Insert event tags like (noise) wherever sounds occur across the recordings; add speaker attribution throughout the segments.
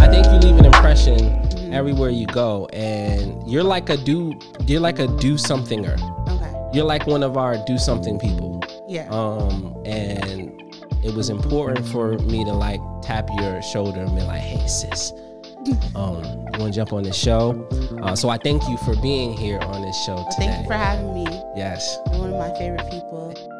Speaker 1: I think you leave an impression everywhere you go, and you're like a do you're like a do somethinger.
Speaker 2: Okay.
Speaker 1: You're like one of our do something people.
Speaker 2: Yeah.
Speaker 1: Um, and it was important for me to like tap your shoulder and be like, "Hey, sis, um, you want to jump on this show?" Uh, so I thank you for being here on this show
Speaker 2: well,
Speaker 1: today.
Speaker 2: thank you for having me. You're
Speaker 1: yes,
Speaker 2: one of my favorite people.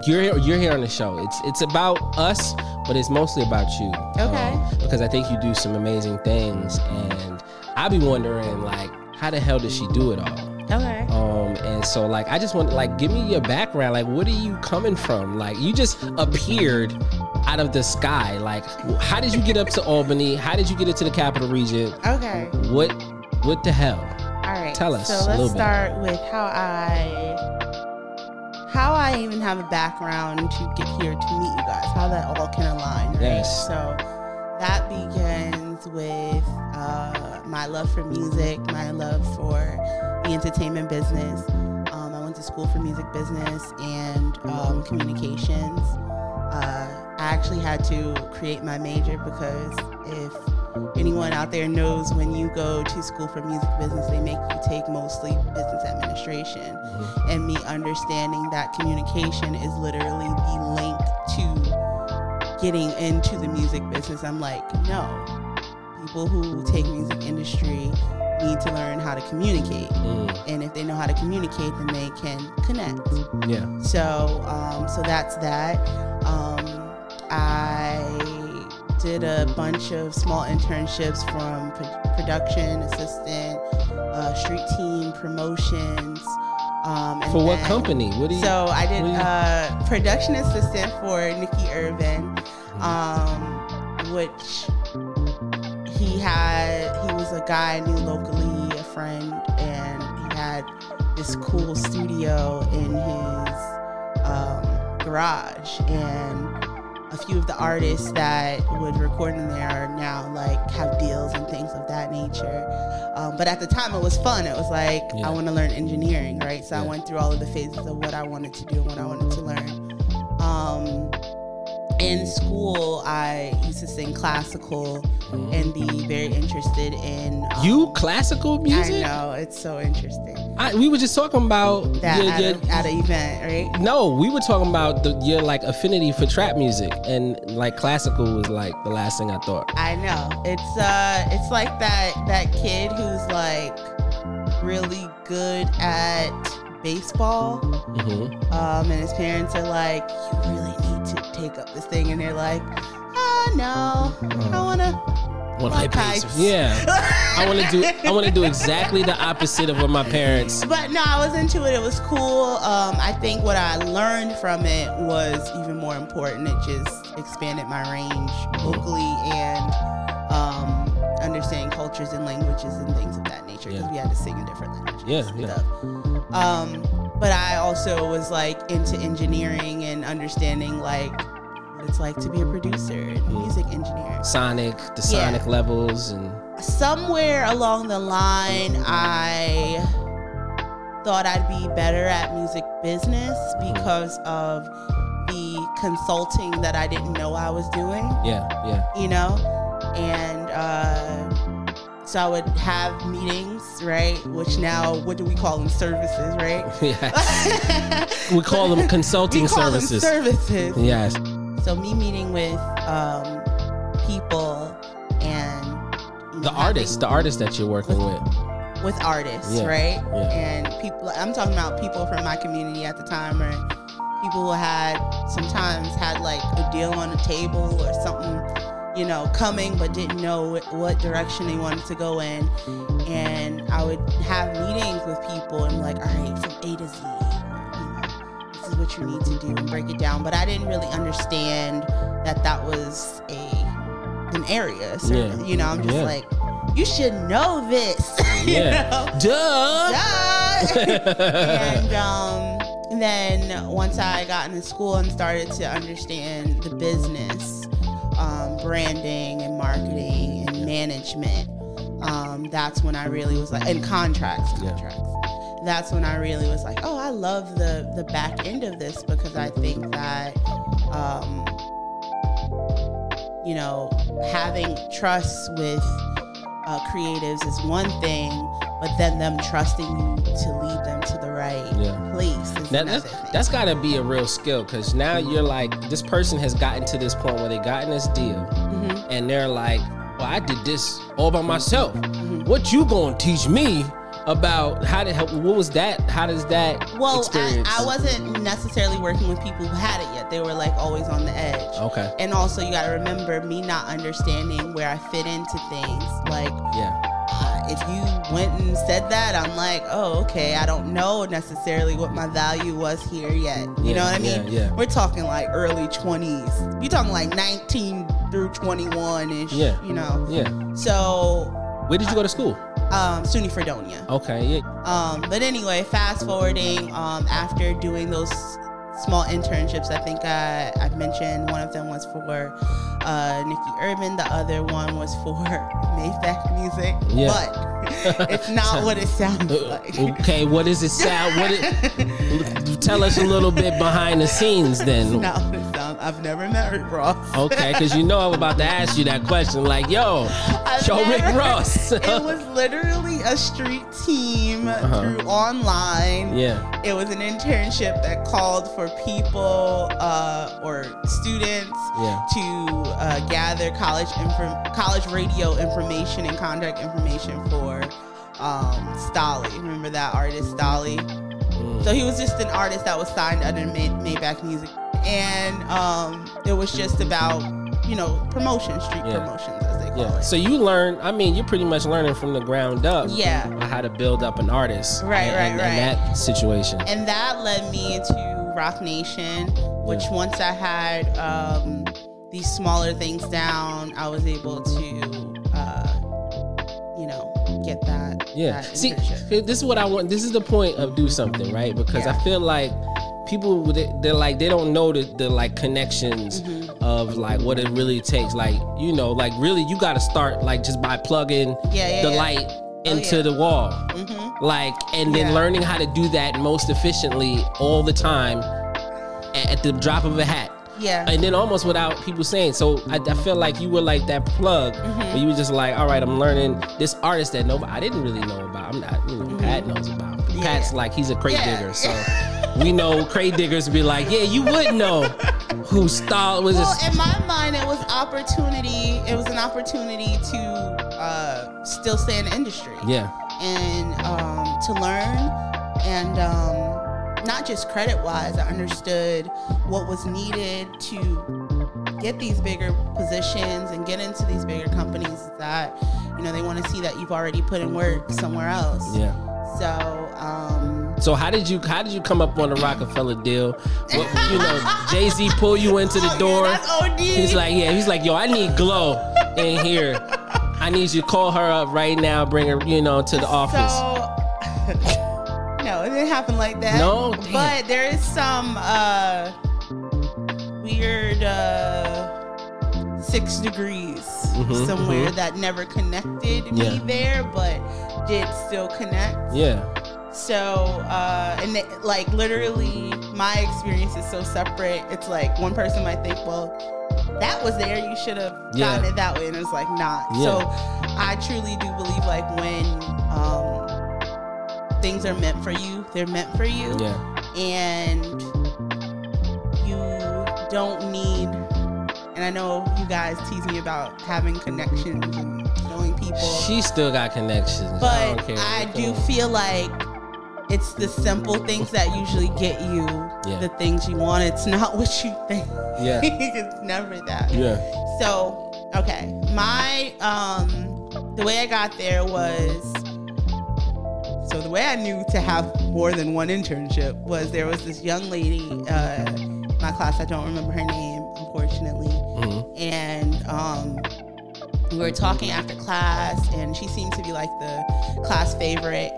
Speaker 1: you're here, you're here on the show. It's it's about us, but it's mostly about you. Um,
Speaker 2: Okay.
Speaker 1: because I think you do some amazing things, and I be wondering like, how the hell does she do it all?
Speaker 2: Okay.
Speaker 1: Um, and so like I just want like give me your background. Like, what are you coming from? Like, you just appeared out of the sky. Like, how did you get up to Albany? How did you get into the capital region?
Speaker 2: Okay.
Speaker 1: What what the hell?
Speaker 2: All right.
Speaker 1: Tell us a
Speaker 2: So
Speaker 1: little
Speaker 2: let's
Speaker 1: bit.
Speaker 2: start with how I how I even have a background to get here to meet you guys. How that all can align. Right?
Speaker 1: Yes.
Speaker 2: So that begins with uh, my love for music, my love for the entertainment business. Um, I went to school for music business and um, communications. Uh, I actually had to create my major because if anyone out there knows when you go to school for music business, they make you take mostly business administration. And me understanding that communication is literally the link to getting into the music business, I'm like, no. People who take music industry need to learn how to communicate.
Speaker 1: Mm,
Speaker 2: And if they know how to communicate, then they can connect.
Speaker 1: yeah.
Speaker 2: So, um, so that's that. Um, I did a bunch of small internships from pro- production assistant, uh, street team promotions. Um, and
Speaker 1: For what
Speaker 2: then-
Speaker 1: company? What do you?
Speaker 2: So I did
Speaker 1: what do you-
Speaker 2: uh, production assistant for Nikki Irvin,
Speaker 1: Mm-hmm.
Speaker 2: um, which he had. He was a guy I knew locally, a friend, and he had this cool studio in his um, garage and a few of the artists that would record in there are now like have deals and things of that nature um, but at the time it was fun it was like
Speaker 1: Yeah.
Speaker 2: i want to learn engineering right so i
Speaker 1: Yeah.
Speaker 2: went through all of the phases of what i wanted to do and what i wanted to learn um, in school i used to sing classical and be very interested in um,
Speaker 1: you classical music?
Speaker 2: i know it's so interesting
Speaker 1: I- we were just talking about
Speaker 2: that
Speaker 1: your-
Speaker 2: at,
Speaker 1: your-
Speaker 2: a, at an event right
Speaker 1: no, we were talking about the, your like affinity for trap music, and like classical was like the last thing I thought.
Speaker 2: I know. It's uh it's like that that kid who's like really good at baseball.
Speaker 1: Mhm.
Speaker 2: Um and his parents are like, You really need to take up this thing and they're like, Ah no, I wanna
Speaker 1: One of my
Speaker 2: Archives.
Speaker 1: faves. Yeah. I want to do. I want to do exactly the opposite of what my parents.
Speaker 2: But no, I was into it. It was cool. Um, I think what I learned from it was even more important. It just expanded my range locally and um, understanding cultures and languages and things of that nature because
Speaker 1: Yeah.
Speaker 2: we had to sing in different languages.
Speaker 1: Yeah,
Speaker 2: and
Speaker 1: yeah.
Speaker 2: Stuff. Um, but I also was like into engineering and understanding like what it's like to be a producer and
Speaker 1: Mm.
Speaker 2: a music engineer
Speaker 1: Sonic, the Sonic levels, and
Speaker 2: somewhere along the line I thought I'd be better at music business because of the consulting that I didn't know I was doing,
Speaker 1: yeah, yeah,
Speaker 2: you know? And uh, so I would have meetings, right? Which now, what do we call them? Services, right?
Speaker 1: (laughs) yes.
Speaker 2: (laughs)
Speaker 1: We call them consulting
Speaker 2: we call
Speaker 1: services.
Speaker 2: Them services.
Speaker 1: yes.
Speaker 2: So me meeting with um, people and you know,
Speaker 1: The
Speaker 2: having-
Speaker 1: artist, the artist that you're working with.
Speaker 2: with artists,
Speaker 1: Yeah,
Speaker 2: right?
Speaker 1: yeah.
Speaker 2: And people, I'm talking about people from my community at the time, or people who had sometimes had like a deal on the table or something, you know, coming but didn't know wh- what direction they wanted to go in. And I would have meetings with people and like, all right, from A to Z, you know, this is what you need to do and break it down. But I didn't really understand that that was a an area. So,
Speaker 1: Yeah.
Speaker 2: you know, I'm just
Speaker 1: Yeah.
Speaker 2: like, (laughs) you should know this.
Speaker 1: (laughs)
Speaker 2: you
Speaker 1: Yeah.
Speaker 2: know?
Speaker 1: Duh.
Speaker 2: Duh, and um, then once I got into school and started to understand the business, um, branding and marketing and management, um, that's when I really was like, and contracts,
Speaker 1: Yeah.
Speaker 2: contracts. That's when I really was like, oh, I love the the back end of this because I think that. Um, you know, having trust with uh, creatives is one thing, but then them trusting you to lead them to the right
Speaker 1: Yeah.
Speaker 2: place is
Speaker 1: That,
Speaker 2: another
Speaker 1: that's,
Speaker 2: thing.
Speaker 1: that's got to be a real skill because now you're like, this person has gotten to this point where they gotten this deal
Speaker 2: Mhm,
Speaker 1: and they're like, well, I did this all by myself.
Speaker 2: mhm.
Speaker 1: What you gonna teach me about how to help? What was that? How does that
Speaker 2: Well, I,
Speaker 1: experience?
Speaker 2: I wasn't necessarily working with people who had it yet. They were like always on the edge.
Speaker 1: Okay.
Speaker 2: And also, you got to remember me not understanding where I fit into things. Like,
Speaker 1: Yeah.
Speaker 2: uh, if you went and said that, I'm like, oh, okay, I don't know necessarily what my value was here yet. You
Speaker 1: Yeah,
Speaker 2: know what I
Speaker 1: yeah,
Speaker 2: mean?
Speaker 1: yeah.
Speaker 2: We're talking like early 20s. You're talking like 19 through 21 ish,
Speaker 1: Yeah.
Speaker 2: you know?
Speaker 1: Yeah.
Speaker 2: So,
Speaker 1: Where did you go to school?
Speaker 2: um, SUNY Fredonia.
Speaker 1: Okay. Yeah.
Speaker 2: (laughs) Um, but anyway, fast forwarding um, after doing those small internships, I think I, I mentioned one of them was for uh, Nikki Urban, the other one was for (laughs) Mayfac Music.
Speaker 1: Yeah. (laughs) Uh, oh,
Speaker 2: But it's not what it sounds like.
Speaker 1: okay. What does it sound? What? It, tell us a little bit behind the scenes then.
Speaker 2: no, it sounds, I've never met Rick Ross.
Speaker 1: Okay, because you know I'm about to ask you that question. Like, yo,
Speaker 2: (laughs) I've
Speaker 1: show Rick
Speaker 2: never-
Speaker 1: Ross.
Speaker 2: (laughs) it was literally a street team
Speaker 1: Uh-huh.
Speaker 2: through online.
Speaker 1: yeah.
Speaker 2: It was an internship that called for people uh, or students
Speaker 1: Yeah.
Speaker 2: to uh, gather college inform- college radio information and contact information for um, Stolly. Remember that artist Stolly?
Speaker 1: Mm.
Speaker 2: So he was just an artist that was signed under May- Maybach Music, and um, it was just about you know promotion, street
Speaker 1: Yeah.
Speaker 2: promotions as they call
Speaker 1: Yeah.
Speaker 2: it.
Speaker 1: So you learn. I mean, you're pretty much learning from the ground up.
Speaker 2: yeah.
Speaker 1: on How to build up an artist.
Speaker 2: Right,
Speaker 1: and-
Speaker 2: right,
Speaker 1: and-
Speaker 2: right.
Speaker 1: and that situation.
Speaker 2: and that led me to Rock Nation, which
Speaker 1: Yeah.
Speaker 2: once I had um, these smaller things down, I was able to, uh, you know, get that.
Speaker 1: Yeah.
Speaker 2: that
Speaker 1: See,
Speaker 2: internship.
Speaker 1: this is what I want. This is the point of do something, right? Because I
Speaker 2: Yeah.
Speaker 1: feel like people with it- they're like they don't know the, the like connections
Speaker 2: Mm-hmm.
Speaker 1: of like what it really takes. Like you know, like really you got to start like just by plugging
Speaker 2: Yeah, yeah,
Speaker 1: the
Speaker 2: yeah.
Speaker 1: light into
Speaker 2: yeah.
Speaker 1: the wall,
Speaker 2: Mhm.
Speaker 1: like, and then
Speaker 2: Yeah.
Speaker 1: learning how to do that most efficiently all the time a- at the drop of a hat.
Speaker 2: Yeah.
Speaker 1: And then almost without people saying. So I, I feel like you were like that plug
Speaker 2: Mm-hmm.
Speaker 1: where you were just like, all right, I'm learning this artist that nobody I didn't really know about. I'm not, you know, Pat knows about.
Speaker 2: Mm-hmm. Yeah.
Speaker 1: Pat's like he's a crate
Speaker 2: Yeah.
Speaker 1: digger, so
Speaker 2: (laughs)
Speaker 1: we know crate diggers be like, yeah, you would know who stalled was
Speaker 2: well,
Speaker 1: this.
Speaker 2: in my mind, it was opportunity. It was an opportunity to uh, still stay in the industry
Speaker 1: yeah,
Speaker 2: and um, to learn and. Um, not just credit wise, I understood what was needed to get these bigger positions and get into these bigger companies that you know they want to see that you've already put in work somewhere else
Speaker 1: yeah.
Speaker 2: so um
Speaker 1: So how did you how did you come up on the Rockefeller deal? What, you
Speaker 2: (laughs)
Speaker 1: know, Jay Z pull you into the
Speaker 2: oh,
Speaker 1: door.
Speaker 2: yeah, that's OD.
Speaker 1: He's like, yeah, he's like, yo, I need glow in here. I need you to call her up right now, bring her, you know, to the office.
Speaker 2: so (laughs) no it didn't happen like that
Speaker 1: No, damn.
Speaker 2: but there is some uh weird uh six degrees
Speaker 1: Mhm,
Speaker 2: somewhere that never connected me
Speaker 1: Yeah.
Speaker 2: there but did still connect
Speaker 1: yeah.
Speaker 2: So, uh, and it, like literally, my experience is so separate. It's like one person might think, well, that was there. You should have
Speaker 1: Yeah.
Speaker 2: gotten it that way. And it's like, not.
Speaker 1: Yeah.
Speaker 2: So, I truly do believe like when um, things are meant for you, they're meant for you.
Speaker 1: Yeah.
Speaker 2: And you don't need, and I know you guys tease me about having connections and knowing people.
Speaker 1: She still got connections. I
Speaker 2: But
Speaker 1: don't care.
Speaker 2: I,
Speaker 1: Come
Speaker 2: do
Speaker 1: on.
Speaker 2: feel like it's the simple things that usually get you
Speaker 1: Yeah.
Speaker 2: the things you want. It's not what you think.
Speaker 1: Yeah.
Speaker 2: (laughs) it's never that.
Speaker 1: Yeah.
Speaker 2: So, okay. My um the way I got there was so the way I knew to have more than one internship was there was this young lady uh in my class I don't remember her name unfortunately
Speaker 1: Mhm.
Speaker 2: and um, we were talking after class, and she seemed to be like the class favorite.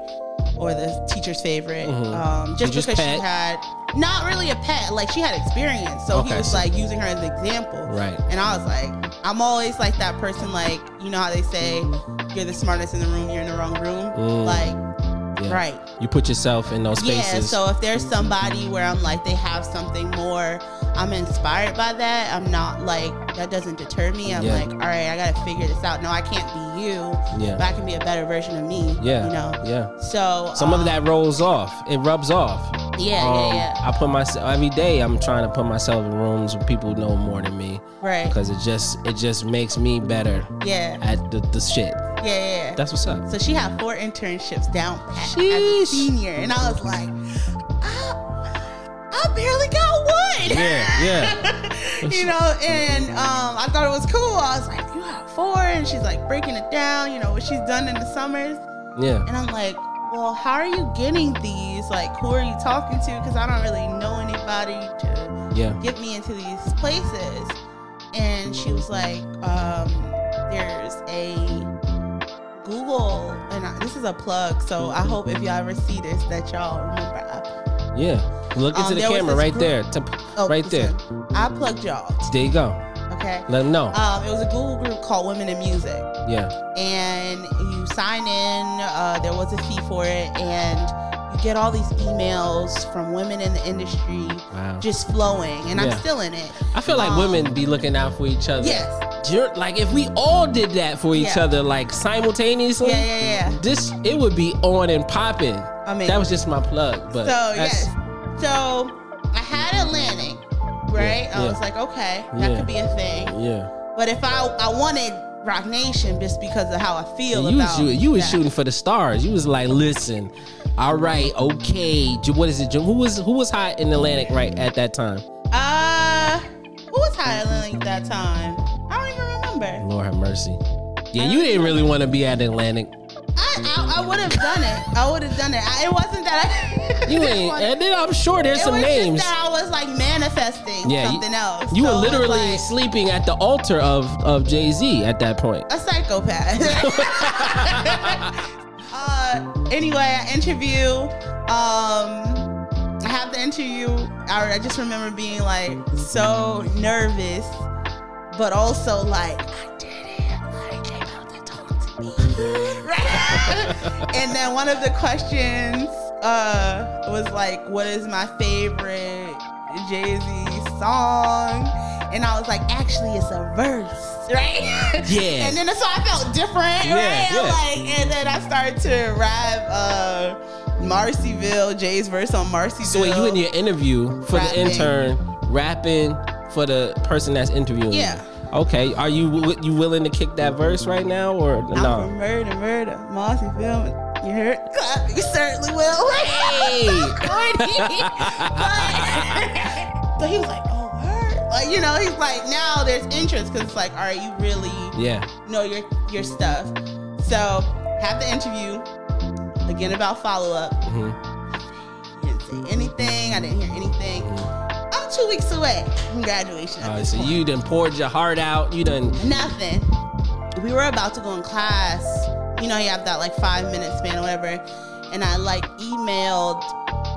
Speaker 2: or the teacher's favorite.
Speaker 1: Mhm.
Speaker 2: Um, just
Speaker 1: Teacher's
Speaker 2: because
Speaker 1: pet?
Speaker 2: she had not really a pet, like she had experience, so
Speaker 1: Okay.
Speaker 2: he was like using her as an example.
Speaker 1: Right.
Speaker 2: And I was like, I'm always like that person, like you know how they say you're the smartest in the room, you're in the wrong room,
Speaker 1: Mm.
Speaker 2: like
Speaker 1: Yeah.
Speaker 2: right.
Speaker 1: You put yourself in those spaces.
Speaker 2: Yeah, so if there's somebody where I'm like they have something more, I'm inspired by that. I'm not like that doesn't deter me. I'm
Speaker 1: Yeah.
Speaker 2: like, all right, I gotta figure this out. No, I can't be you, but
Speaker 1: yeah.
Speaker 2: I can be a better version of me.
Speaker 1: Yeah.
Speaker 2: you know.
Speaker 1: Yeah.
Speaker 2: So
Speaker 1: Some
Speaker 2: um,
Speaker 1: of that rolls off. It rubs off.
Speaker 2: Yeah,
Speaker 1: Um,
Speaker 2: yeah, yeah.
Speaker 1: I put myself every day. I'm trying to put myself in rooms where people know more than me
Speaker 2: Right.
Speaker 1: because it just it just makes me better
Speaker 2: Yeah,
Speaker 1: at the, the shit.
Speaker 2: yeah, yeah. yeah.
Speaker 1: That's what's up.
Speaker 2: So she had four internships down pat as a
Speaker 1: Sheesh.
Speaker 2: senior, and I was like, I, I barely got one.
Speaker 1: Yeah, yeah.
Speaker 2: (laughs) you know, and um, I thought it was cool. I was like, you got four, and she's like breaking it down, you know, what she's done in the summers.
Speaker 1: Yeah.
Speaker 2: And I'm like, well, how are you getting these? Like, who are you talking to? Because I don't really know anybody to
Speaker 1: Yeah.
Speaker 2: get me into these places. And she was like, um, there's a Google, and I, this is a plug. So I hope if y'all ever see this, that y'all remember. I,
Speaker 1: Yeah. Look
Speaker 2: Um,
Speaker 1: into the
Speaker 2: there was
Speaker 1: camera
Speaker 2: this
Speaker 1: right
Speaker 2: group-
Speaker 1: there. Tap-
Speaker 2: oh,
Speaker 1: Right
Speaker 2: this
Speaker 1: there.
Speaker 2: one. I plugged y'all.
Speaker 1: There you go.
Speaker 2: Okay.
Speaker 1: Let them know.
Speaker 2: Um, it was a Google group called Women in Music,
Speaker 1: yeah.
Speaker 2: and you sign in. Uh, there was a fee for it, and you get all these emails from women in the industry
Speaker 1: Wow.
Speaker 2: just flowing. And
Speaker 1: Yeah.
Speaker 2: I'm still in it.
Speaker 1: I feel like
Speaker 2: um,
Speaker 1: women be looking out for each other.
Speaker 2: Yes.
Speaker 1: You're- like if we all did that for each
Speaker 2: Yeah.
Speaker 1: other, like simultaneously,
Speaker 2: Yeah, yeah, yeah.
Speaker 1: this it would be on and popping.
Speaker 2: I mean,
Speaker 1: That was just my plug, but
Speaker 2: so
Speaker 1: that's-
Speaker 2: yes. So I had Atlantic, right?
Speaker 1: Yeah,
Speaker 2: I
Speaker 1: yeah.
Speaker 2: was like, okay, that
Speaker 1: Yeah.
Speaker 2: could be a thing.
Speaker 1: yeah.
Speaker 2: But if I I wanted Rock Nation just because of how I feel
Speaker 1: you was
Speaker 2: about
Speaker 1: shoo- you was
Speaker 2: that.
Speaker 1: shooting for the stars. You was like, listen, all right, okay. J- What is it? J- Who was who was hot in Atlantic right at that time?
Speaker 2: Uh, who was high Atlantic that time? I don't even remember.
Speaker 1: Lord have mercy. Yeah,
Speaker 2: Um,
Speaker 1: you didn't really want to be at Atlantic.
Speaker 2: I, I, I would have done it. I would have done it. I, it wasn't that I. (laughs)
Speaker 1: You
Speaker 2: didn't
Speaker 1: ain't,
Speaker 2: wanna-
Speaker 1: and then I'm sure there's
Speaker 2: it
Speaker 1: some
Speaker 2: was
Speaker 1: names.
Speaker 2: Just that I was like manifesting
Speaker 1: Yeah, you-
Speaker 2: something else.
Speaker 1: You
Speaker 2: So
Speaker 1: were
Speaker 2: it was
Speaker 1: literally
Speaker 2: like
Speaker 1: sleeping at the altar of of Jay Z at that point.
Speaker 2: a
Speaker 1: (laughs)
Speaker 2: (laughs) psychopath. uh, anyway, I interview. Um, I have the interview. I, I just remember being like so nervous, but also like I did it. Like came out to talk to me. (laughs) Right? and then one of the questions uh, was like, "What is my favorite Jay Z song?" And I was like, "Actually, it's a verse, right?"
Speaker 1: Yeah.
Speaker 2: (laughs) and then so I felt different,
Speaker 1: Yeah,
Speaker 2: right?
Speaker 1: yeah.
Speaker 2: Like, and then I started to rap uh, Marcyville, Jay's verse on Marcyville.
Speaker 1: So wait, you in your interview for
Speaker 2: Rapping.
Speaker 1: the intern, rapping for the person that's interviewing. you.
Speaker 2: Yeah.
Speaker 1: Okay. Are you wi- you willing to kick that verse right now or
Speaker 2: I'm
Speaker 1: no?
Speaker 2: from murder, murder, Marcyville. You heard? Clap. You certainly will.
Speaker 1: Hey.
Speaker 2: (laughs) so corny. But- so he was like, "Oh, word!" Like you know, he's like, now there's interest because it's like, all right, you really
Speaker 1: Yeah.
Speaker 2: know your your stuff. So have the interview again about follow up.
Speaker 1: hmm
Speaker 2: He didn't say anything. I didn't hear anything. I'm two weeks away from graduation. at
Speaker 1: Uh,
Speaker 2: this
Speaker 1: so
Speaker 2: point.
Speaker 1: you done poured your heart out. You done.
Speaker 2: Nothing. We were about to go in class. You know, you have that like five minute span or whatever. And I like emailed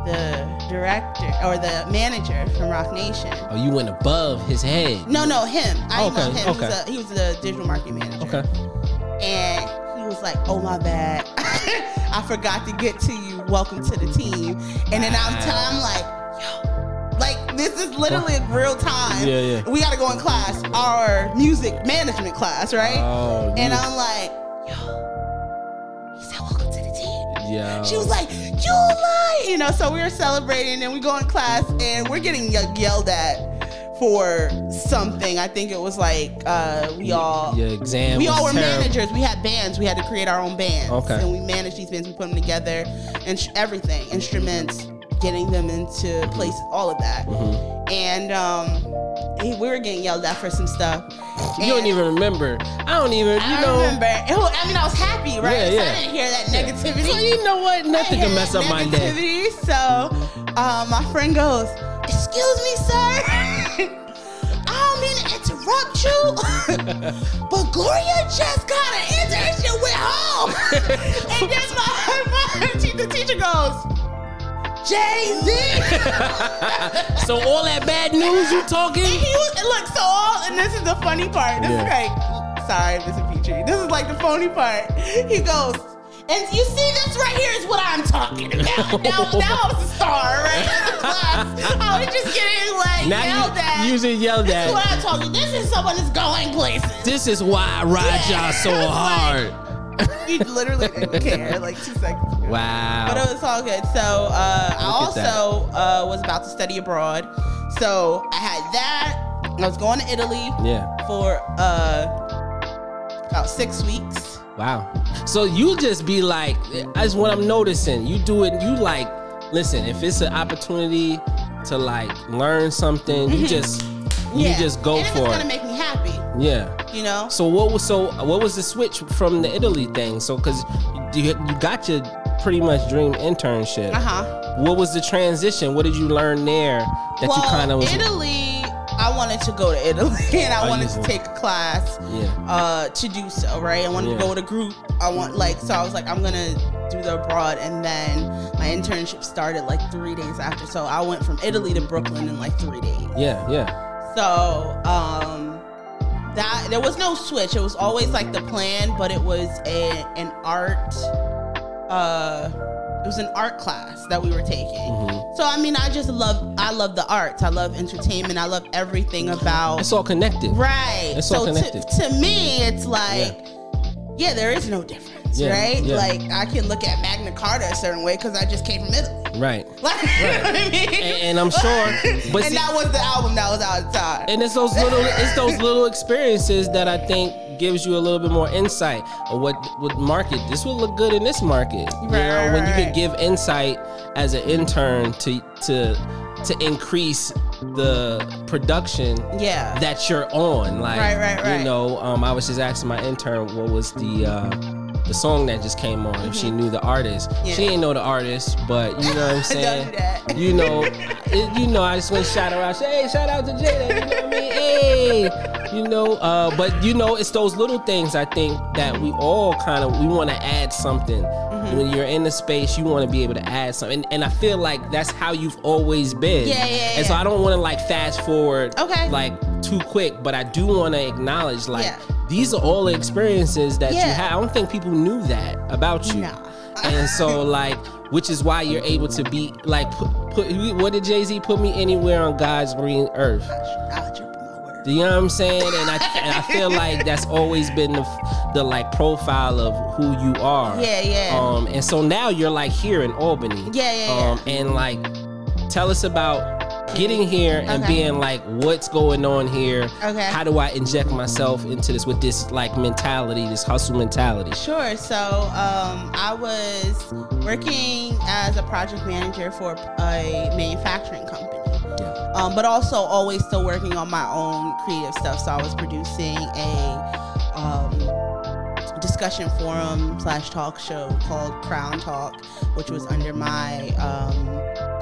Speaker 2: the director or the manager from Rock Nation.
Speaker 1: Oh, you went above his head.
Speaker 2: No, no, him. I
Speaker 1: Oh, Okay,
Speaker 2: emailed
Speaker 1: okay.
Speaker 2: him. He, was a, he was the digital marketing manager.
Speaker 1: Okay.
Speaker 2: and he was like, "Oh my bad, (laughs) I forgot to get to you. Welcome to the team." And then I'm, t- I'm like, "Yo, like this is literally real time.
Speaker 1: Yeah, yeah.
Speaker 2: We gotta go in class, our music management class, right?"
Speaker 1: Oh.
Speaker 2: and
Speaker 1: you-
Speaker 2: I'm like, "Yo," he said, "Welcome to the team."
Speaker 1: Yo.
Speaker 2: She was like, "You lie," you know. So we were celebrating, and we go in class, and we're getting ye- yelled at for something. I think it was like uh, we all
Speaker 1: Your exam.
Speaker 2: we
Speaker 1: was
Speaker 2: all were
Speaker 1: terrible.
Speaker 2: managers. We had bands. We had to create our own bands.
Speaker 1: Okay.
Speaker 2: And we managed these bands. We put them together and sh- everything, instruments, getting them into place, all of that.
Speaker 1: Mhm.
Speaker 2: And um, we were getting yelled at for some stuff.
Speaker 1: You don't
Speaker 2: And
Speaker 1: even remember. I don't even. You
Speaker 2: I
Speaker 1: know.
Speaker 2: remember. It wa- I mean, I was happy,
Speaker 1: Yeah,
Speaker 2: right? So
Speaker 1: yeah.
Speaker 2: I didn't hear that
Speaker 1: Yeah.
Speaker 2: negativity.
Speaker 1: So you know what? Nothing
Speaker 2: I
Speaker 1: can
Speaker 2: had
Speaker 1: mess up my day.
Speaker 2: negativity, So uh, my friend goes, "Excuse me, sir. (laughs) I don't mean to interrupt you, (laughs) but Gloria just got an internship with home. (laughs) and guess my, (laughs) my te- the teacher goes, Jay (laughs) Z.
Speaker 1: (laughs) so all that bad news you
Speaker 2: And
Speaker 1: talking?
Speaker 2: he was, and look, so all, and this is the funny part. This
Speaker 1: Yeah.
Speaker 2: is like, sorry, Mr. Petrie. This is like the phony part. He goes, and you see this right here is what I'm
Speaker 1: (laughs)
Speaker 2: talking about. now, now I'm the star, right? In the class. I was just getting like
Speaker 1: Now
Speaker 2: yelled at.
Speaker 1: you usually yelled
Speaker 2: this is what
Speaker 1: at.
Speaker 2: I'm talking. This is someone that's going
Speaker 1: (laughs)
Speaker 2: places.
Speaker 1: This is why I ride
Speaker 2: Yeah.
Speaker 1: y'all so
Speaker 2: It's like-
Speaker 1: hard.
Speaker 2: You literally didn't care like two seconds ago. But uh, it
Speaker 1: Wow.
Speaker 2: was all good. So uh, I
Speaker 1: Look at that.
Speaker 2: also uh, was about to study abroad. So I had that. I was going to Italy.
Speaker 1: Yeah.
Speaker 2: for uh about six weeks.
Speaker 1: Wow. So you just be like, that's what I'm noticing. You do it, you like, listen, if it's an opportunity to like learn something,
Speaker 2: (laughs)
Speaker 1: you just you just go
Speaker 2: and if
Speaker 1: for
Speaker 2: it's
Speaker 1: it.
Speaker 2: gonna make me happy,
Speaker 1: yeah.
Speaker 2: you know.
Speaker 1: So what was so what was the switch from the Italy thing? So cuz you, you got your pretty much dream internship.
Speaker 2: Uh huh.
Speaker 1: What was the transition? What did you learn there that
Speaker 2: Well,
Speaker 1: you kind of was
Speaker 2: Italy. I wanted to go to Italy, (laughs) and I
Speaker 1: Oh,
Speaker 2: wanted
Speaker 1: you
Speaker 2: to
Speaker 1: did.
Speaker 2: take a class
Speaker 1: Yeah.
Speaker 2: uh, to do so. Right. I wanted
Speaker 1: Yeah.
Speaker 2: to go with a group. I want like so. I was like, I'm gonna do the abroad, and then my internship started like three days after. So I went from Italy to Brooklyn in like three days.
Speaker 1: Yeah, yeah.
Speaker 2: So, um, that there was no switch. It was always like the plan, but it was a an art. Uh, it was an art class that we were taking.
Speaker 1: Mm-hmm.
Speaker 2: So I mean, I just love I love the arts. I love entertainment. I love everything about
Speaker 1: It's all connected.
Speaker 2: right.
Speaker 1: It's
Speaker 2: so
Speaker 1: all
Speaker 2: to-
Speaker 1: connected.
Speaker 2: To, me, it's like. Yeah. there is no difference,
Speaker 1: Yeah,
Speaker 2: right?
Speaker 1: yeah.
Speaker 2: Like I can look at Magna Carta a certain way because I just came from Italy. (laughs)
Speaker 1: Right.
Speaker 2: Like, you know what I mean?
Speaker 1: And- and I'm sure- but
Speaker 2: and
Speaker 1: see-
Speaker 2: that was the album that was outside.
Speaker 1: And it's those little it's
Speaker 2: (laughs)
Speaker 1: those little experiences that I think gives you a little bit more insight of what what market this would look good in this market. you
Speaker 2: Right,
Speaker 1: know, when you can
Speaker 2: right.
Speaker 1: give insight as an intern to to to increase the production
Speaker 2: yeah.
Speaker 1: that you're on. Like
Speaker 2: Right, right, right.
Speaker 1: you know, um, I was just asking my intern what was the uh the song that just came on. If she knew the artist,
Speaker 2: Mm-hmm. Yeah.
Speaker 1: she didn't know the artist, but you know what I'm
Speaker 2: (laughs)
Speaker 1: saying.
Speaker 2: Don't do that.
Speaker 1: You know, it, you know. I just want to shout her out. Say, hey, shout out to Jada. You know what I mean? Hey, you know. Uh, but you know, it's those little things I think that we all kind of we want to add something.
Speaker 2: Mm-hmm.
Speaker 1: When you're in the space, you want to be able to add something, and, and I feel like that's how you've always been.
Speaker 2: Yeah, yeah,
Speaker 1: And so
Speaker 2: yeah.
Speaker 1: I don't want to like fast forward.
Speaker 2: Okay.
Speaker 1: Like like too quick, but I do want to acknowledge like
Speaker 2: Yeah.
Speaker 1: these are all the experiences that you
Speaker 2: Yeah.
Speaker 1: had. I don't think people knew that about you.
Speaker 2: Nah. (laughs)
Speaker 1: and so like which is why you're able to be like put, put what did Jay-Z put me anywhere on God's green earth.
Speaker 2: I'll drip my word.
Speaker 1: Do you know what I'm saying? And I and I feel like that's always been the the like profile of who you are.
Speaker 2: Yeah, yeah.
Speaker 1: Um, and so now you're like here in Albany.
Speaker 2: Yeah, yeah, yeah.
Speaker 1: Um, and like, tell us about getting here and
Speaker 2: Okay.
Speaker 1: being like, what's going on here?
Speaker 2: Okay.
Speaker 1: How do I inject myself into this with this like mentality, this hustle mentality?
Speaker 2: Sure. So um, I was working as a project manager for a manufacturing company.
Speaker 1: Yeah.
Speaker 2: um, but also always still working on my own creative stuff. So I was producing a um, discussion forum slash talk show called Crown Talk, which was under my um,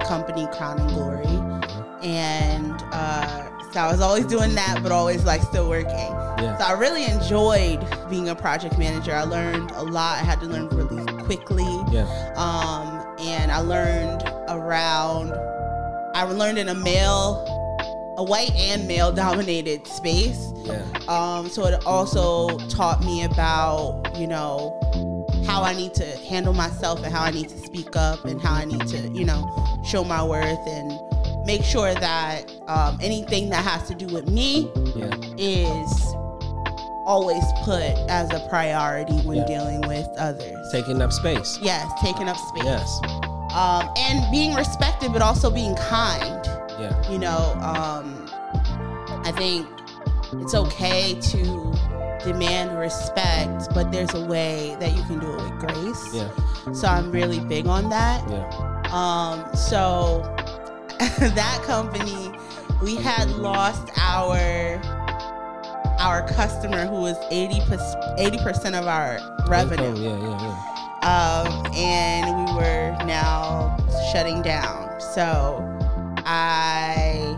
Speaker 2: company Crown and Glory, and uh, so I was always doing that, but always like still working.
Speaker 1: Yeah.
Speaker 2: So I really enjoyed being a project manager. I learned a lot. I had to learn really quickly
Speaker 1: Yeah.
Speaker 2: um, and I learned around. I learned in a male, a white and male dominated space.
Speaker 1: Yeah.
Speaker 2: Um, so it also taught me about you know how I need to handle myself and how I need to speak up and how I need to you know show my worth and make sure that um, anything that has to do with me
Speaker 1: Yeah.
Speaker 2: is always put as a priority when
Speaker 1: Yeah.
Speaker 2: dealing with others.
Speaker 1: Taking up space.
Speaker 2: Yes, taking up space
Speaker 1: Yes.
Speaker 2: um, and being respected, but also being kind.
Speaker 1: Yeah.
Speaker 2: You know, um, I think it's okay to demand respect, but there's a way that you can do it with grace.
Speaker 1: Yeah.
Speaker 2: So I'm really big on that.
Speaker 1: Yeah.
Speaker 2: Um, so (laughs) that company, we had lost our our customer who was 80 percent of our revenue
Speaker 1: Income, Yeah. Yeah.
Speaker 2: um, and we were now shutting down. So I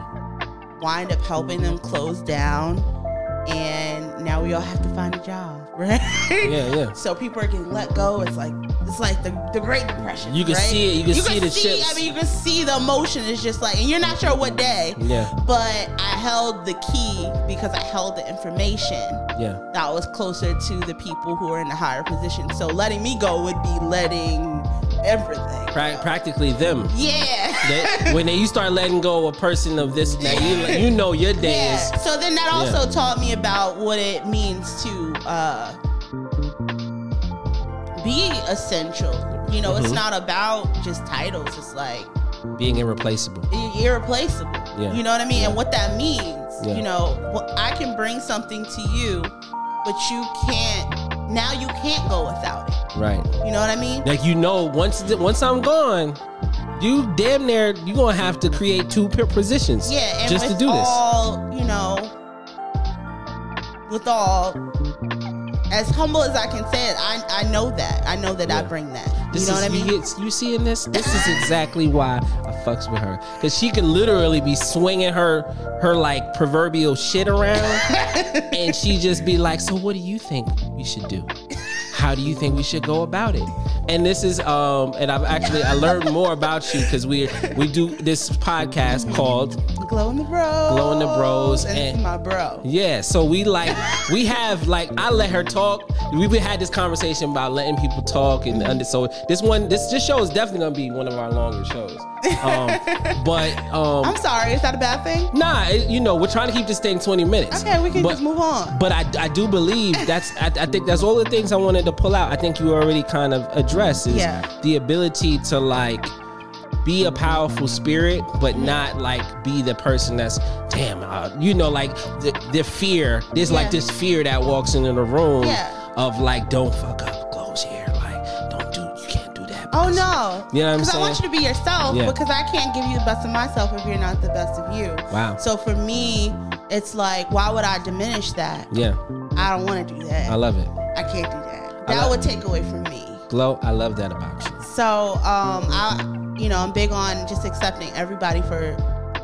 Speaker 2: wind up helping them close down, and now we all have to find a job, (laughs) right?
Speaker 1: Yeah, yeah.
Speaker 2: So people are getting let go. It's like it's like the, the Great Depression.
Speaker 1: You can
Speaker 2: right?
Speaker 1: see it. You can see the shifts.
Speaker 2: I mean, you can see the emotion. It's just like, and you're not sure what day,
Speaker 1: Yeah,
Speaker 2: but I held the key because I held the information
Speaker 1: yeah,
Speaker 2: that was closer to the people who are in the higher position. So letting me go would be letting everything.
Speaker 1: pra-
Speaker 2: go.
Speaker 1: practically them.
Speaker 2: Yeah.
Speaker 1: They, when they, you start letting go a person of this, now you you know your day
Speaker 2: Yeah.
Speaker 1: is
Speaker 2: So then that
Speaker 1: Yeah.
Speaker 2: also taught me about what it means to uh, be essential. You know, it's
Speaker 1: Mhm.
Speaker 2: not about just titles. It's like
Speaker 1: being irreplaceable.
Speaker 2: i- irreplaceable.
Speaker 1: Yeah.
Speaker 2: You know what I mean? And what that means.
Speaker 1: Yeah.
Speaker 2: You know, well, I can bring something to you, but you can't. Now you can't go without it.
Speaker 1: Right.
Speaker 2: You know what I mean?
Speaker 1: Like you know, once th- once I'm gone, you damn near you gonna have to create two p- positions.
Speaker 2: Yeah, and
Speaker 1: just to
Speaker 2: with
Speaker 1: do this.
Speaker 2: all, you know, with all, as humble as I can say it, I, I know that. I know that
Speaker 1: Yeah.
Speaker 2: I bring that.
Speaker 1: This
Speaker 2: you know
Speaker 1: is,
Speaker 2: what I mean?
Speaker 1: You, get- you seeing this? This is exactly why I fucks with her, cause she can literally be swinging her her like proverbial shit around,
Speaker 2: (laughs)
Speaker 1: and she just be like, "So what do you think we should do? How do you think we should go about it?" And this is um, and I've actually I learned more about you because we we do this podcast called
Speaker 2: Glow in the bros.
Speaker 1: Glow in the Bros
Speaker 2: And, this
Speaker 1: and-
Speaker 2: is my bro.
Speaker 1: Yeah, so we like we have like I let her talk. We we had this conversation about letting people talk and under so this one this this show is definitely gonna be one of our longer
Speaker 2: (laughs)
Speaker 1: shows. Um, but um,
Speaker 2: I'm sorry. Is that a bad thing?
Speaker 1: nah, it, you know we're trying to keep this thing twenty minutes.
Speaker 2: Okay, we can
Speaker 1: but,
Speaker 2: just move on.
Speaker 1: But I, I do believe that's I, I think that's all the things I wanted to pull out. I think you already kind of addressed is
Speaker 2: Yeah.
Speaker 1: the ability to like be a powerful spirit, but not like be the person that's damn, uh, you know, like the, the fear. There's like
Speaker 2: Yeah.
Speaker 1: this fear that walks into the room
Speaker 2: Yeah.
Speaker 1: of like, don't fuck up, close here, like don't do, you can't do that.
Speaker 2: Oh
Speaker 1: because-
Speaker 2: no!
Speaker 1: You know what I'm
Speaker 2: Because I want you
Speaker 1: saying?
Speaker 2: to be yourself.
Speaker 1: Yeah.
Speaker 2: Because I can't give you the best of myself if you're not the best of you.
Speaker 1: Wow.
Speaker 2: So for me, it's like, why would I diminish that?
Speaker 1: Yeah,
Speaker 2: I don't want to do that.
Speaker 1: I
Speaker 2: I,
Speaker 1: love it.
Speaker 2: can't do that.
Speaker 1: I
Speaker 2: That
Speaker 1: love-
Speaker 2: would take away from me.
Speaker 1: Glow, I love that about you.
Speaker 2: So um, I, you know, I'm big on just accepting everybody for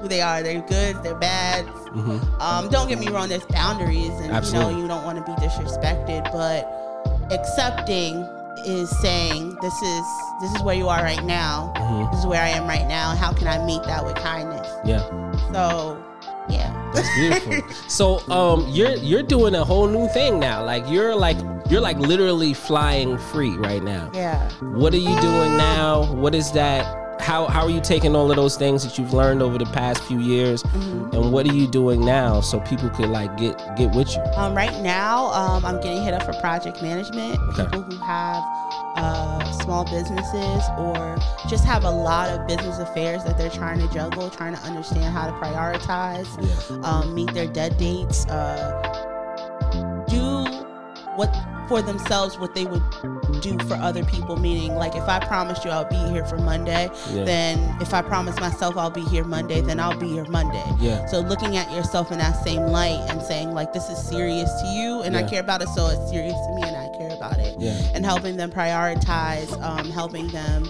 Speaker 2: who they are. They're good, they're bad.
Speaker 1: hmm
Speaker 2: Um, don't get me wrong. There's boundaries, and you
Speaker 1: Absolutely.
Speaker 2: know, you don't want to be disrespected. But accepting is saying this is this is where you are right now.
Speaker 1: hmm
Speaker 2: This is where I am right now. How can I meet that with kindness?
Speaker 1: Yeah.
Speaker 2: So, yeah.
Speaker 1: That's beautiful. so um you're you're doing a whole new thing now. Like you're like you're like literally flying free right now.
Speaker 2: Yeah.
Speaker 1: What are you doing now? What is that? How how are you taking all of those things that you've learned over the past few years?
Speaker 2: Mhm.
Speaker 1: And what are you doing now so people could like get get with you?
Speaker 2: Um, right now, um, I'm getting hit up for project management.
Speaker 1: Okay.
Speaker 2: People who have uh, small businesses or just have a lot of business affairs that they're trying to juggle, trying to understand how to prioritize,
Speaker 1: Yeah.
Speaker 2: um, meet their dead dates, uh, do what for themselves what they would do for other people. Meaning, like if I promised you I'll be here for Monday,
Speaker 1: Yeah.
Speaker 2: then if I promise myself I'll be here Monday, then I'll be here Monday.
Speaker 1: yeah.
Speaker 2: So looking at yourself in that same light and saying like this is serious to you and I
Speaker 1: Yeah.
Speaker 2: care about it, so it's serious to me and I care about it.
Speaker 1: Yeah.
Speaker 2: And helping them prioritize, um, helping them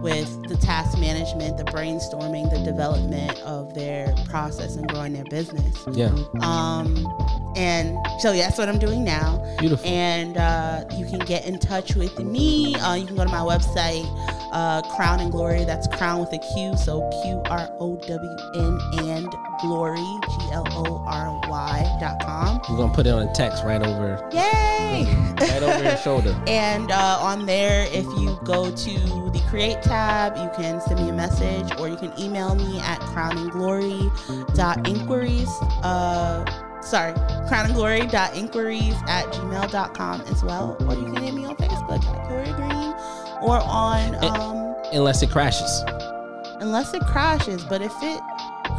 Speaker 2: with the task management, the brainstorming, the development of their process and growing their business.
Speaker 1: Yeah.
Speaker 2: Um, and so yeah, that's what I'm doing now
Speaker 1: Beautiful.
Speaker 2: and uh, you can get in touch with me. Uh, you can go to my website, uh, Crown and Glory. That's Crown with a Q, so Q R O W N and Glory, G L O R Y dot com.
Speaker 1: We're gonna put it on text right over
Speaker 2: Yay!
Speaker 1: right over (laughs) your shoulder.
Speaker 2: And uh, on there, if you go to the Create tab, you can send me a message or you can email me at crownandglory.inquiries. Uh, sorry, crownandglory.inquiries at gmail.com as well. Or you can hit me on Facebook at Glory Green or on,
Speaker 1: And-
Speaker 2: um,
Speaker 1: Unless it crashes.
Speaker 2: unless it crashes, but if it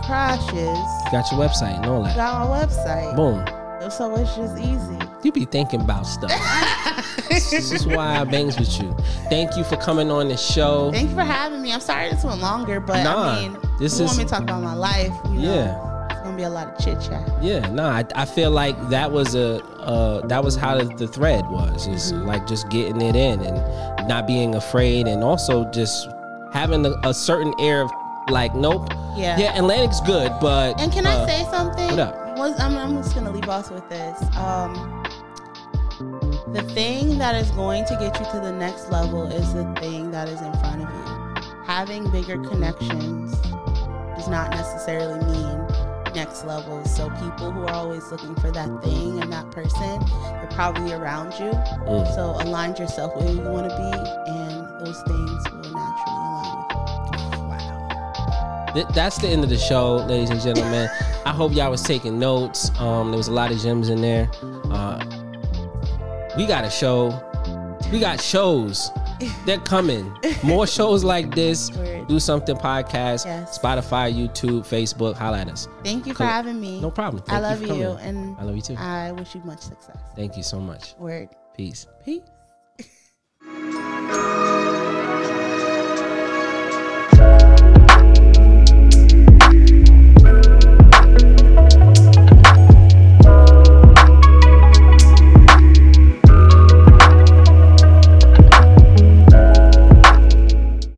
Speaker 2: crashes,
Speaker 1: Got your website and all that.
Speaker 2: got my website.
Speaker 1: Boom.
Speaker 2: So it's just easy.
Speaker 1: You be thinking about stuff. this is why I bangs with you. Thank you for coming on the show.
Speaker 2: Thank you for having me. I'm sorry this went longer, but
Speaker 1: Nah,
Speaker 2: I mean,
Speaker 1: this
Speaker 2: you
Speaker 1: is-
Speaker 2: want me to talk about my life. You know,
Speaker 1: Yeah,
Speaker 2: it's gonna be a lot of chit chat.
Speaker 1: yeah. No, I, I feel like that was a uh, that was how the thread was. Is
Speaker 2: Mm-hmm.
Speaker 1: like just getting it in and not being afraid, and also just having a, a certain air of Like, nope.
Speaker 2: Yeah.
Speaker 1: Yeah, Atlantic's good, but
Speaker 2: And can
Speaker 1: uh,
Speaker 2: I say something?
Speaker 1: what up?
Speaker 2: Was- I'm, I'm just gonna leave us with this. Um, the thing that is going to get you to the next level is the thing that is in front of you. Having bigger connections does not necessarily mean next level. So people who are always looking for that thing and that person, they're probably around you.
Speaker 1: mm,
Speaker 2: So align yourself where you want to be, and those things will naturally align with you.
Speaker 1: th- that's the end of the show, ladies and gentlemen. I hope y'all was taking notes. Um, there was a lot of gems in there. Uh, we got a show. We got
Speaker 2: (laughs)
Speaker 1: shows. They're coming. More shows like this.
Speaker 2: Word.
Speaker 1: Do something podcast.
Speaker 2: Yes.
Speaker 1: Spotify, YouTube, Facebook. Holla at us.
Speaker 2: Thank you for
Speaker 1: Cool.
Speaker 2: having me.
Speaker 1: No problem.
Speaker 2: I
Speaker 1: Thank
Speaker 2: love
Speaker 1: for
Speaker 2: you,
Speaker 1: coming.
Speaker 2: and
Speaker 1: I love you too.
Speaker 2: I wish you much success.
Speaker 1: Thank you so much.
Speaker 2: Word.
Speaker 1: Peace.
Speaker 2: Peace.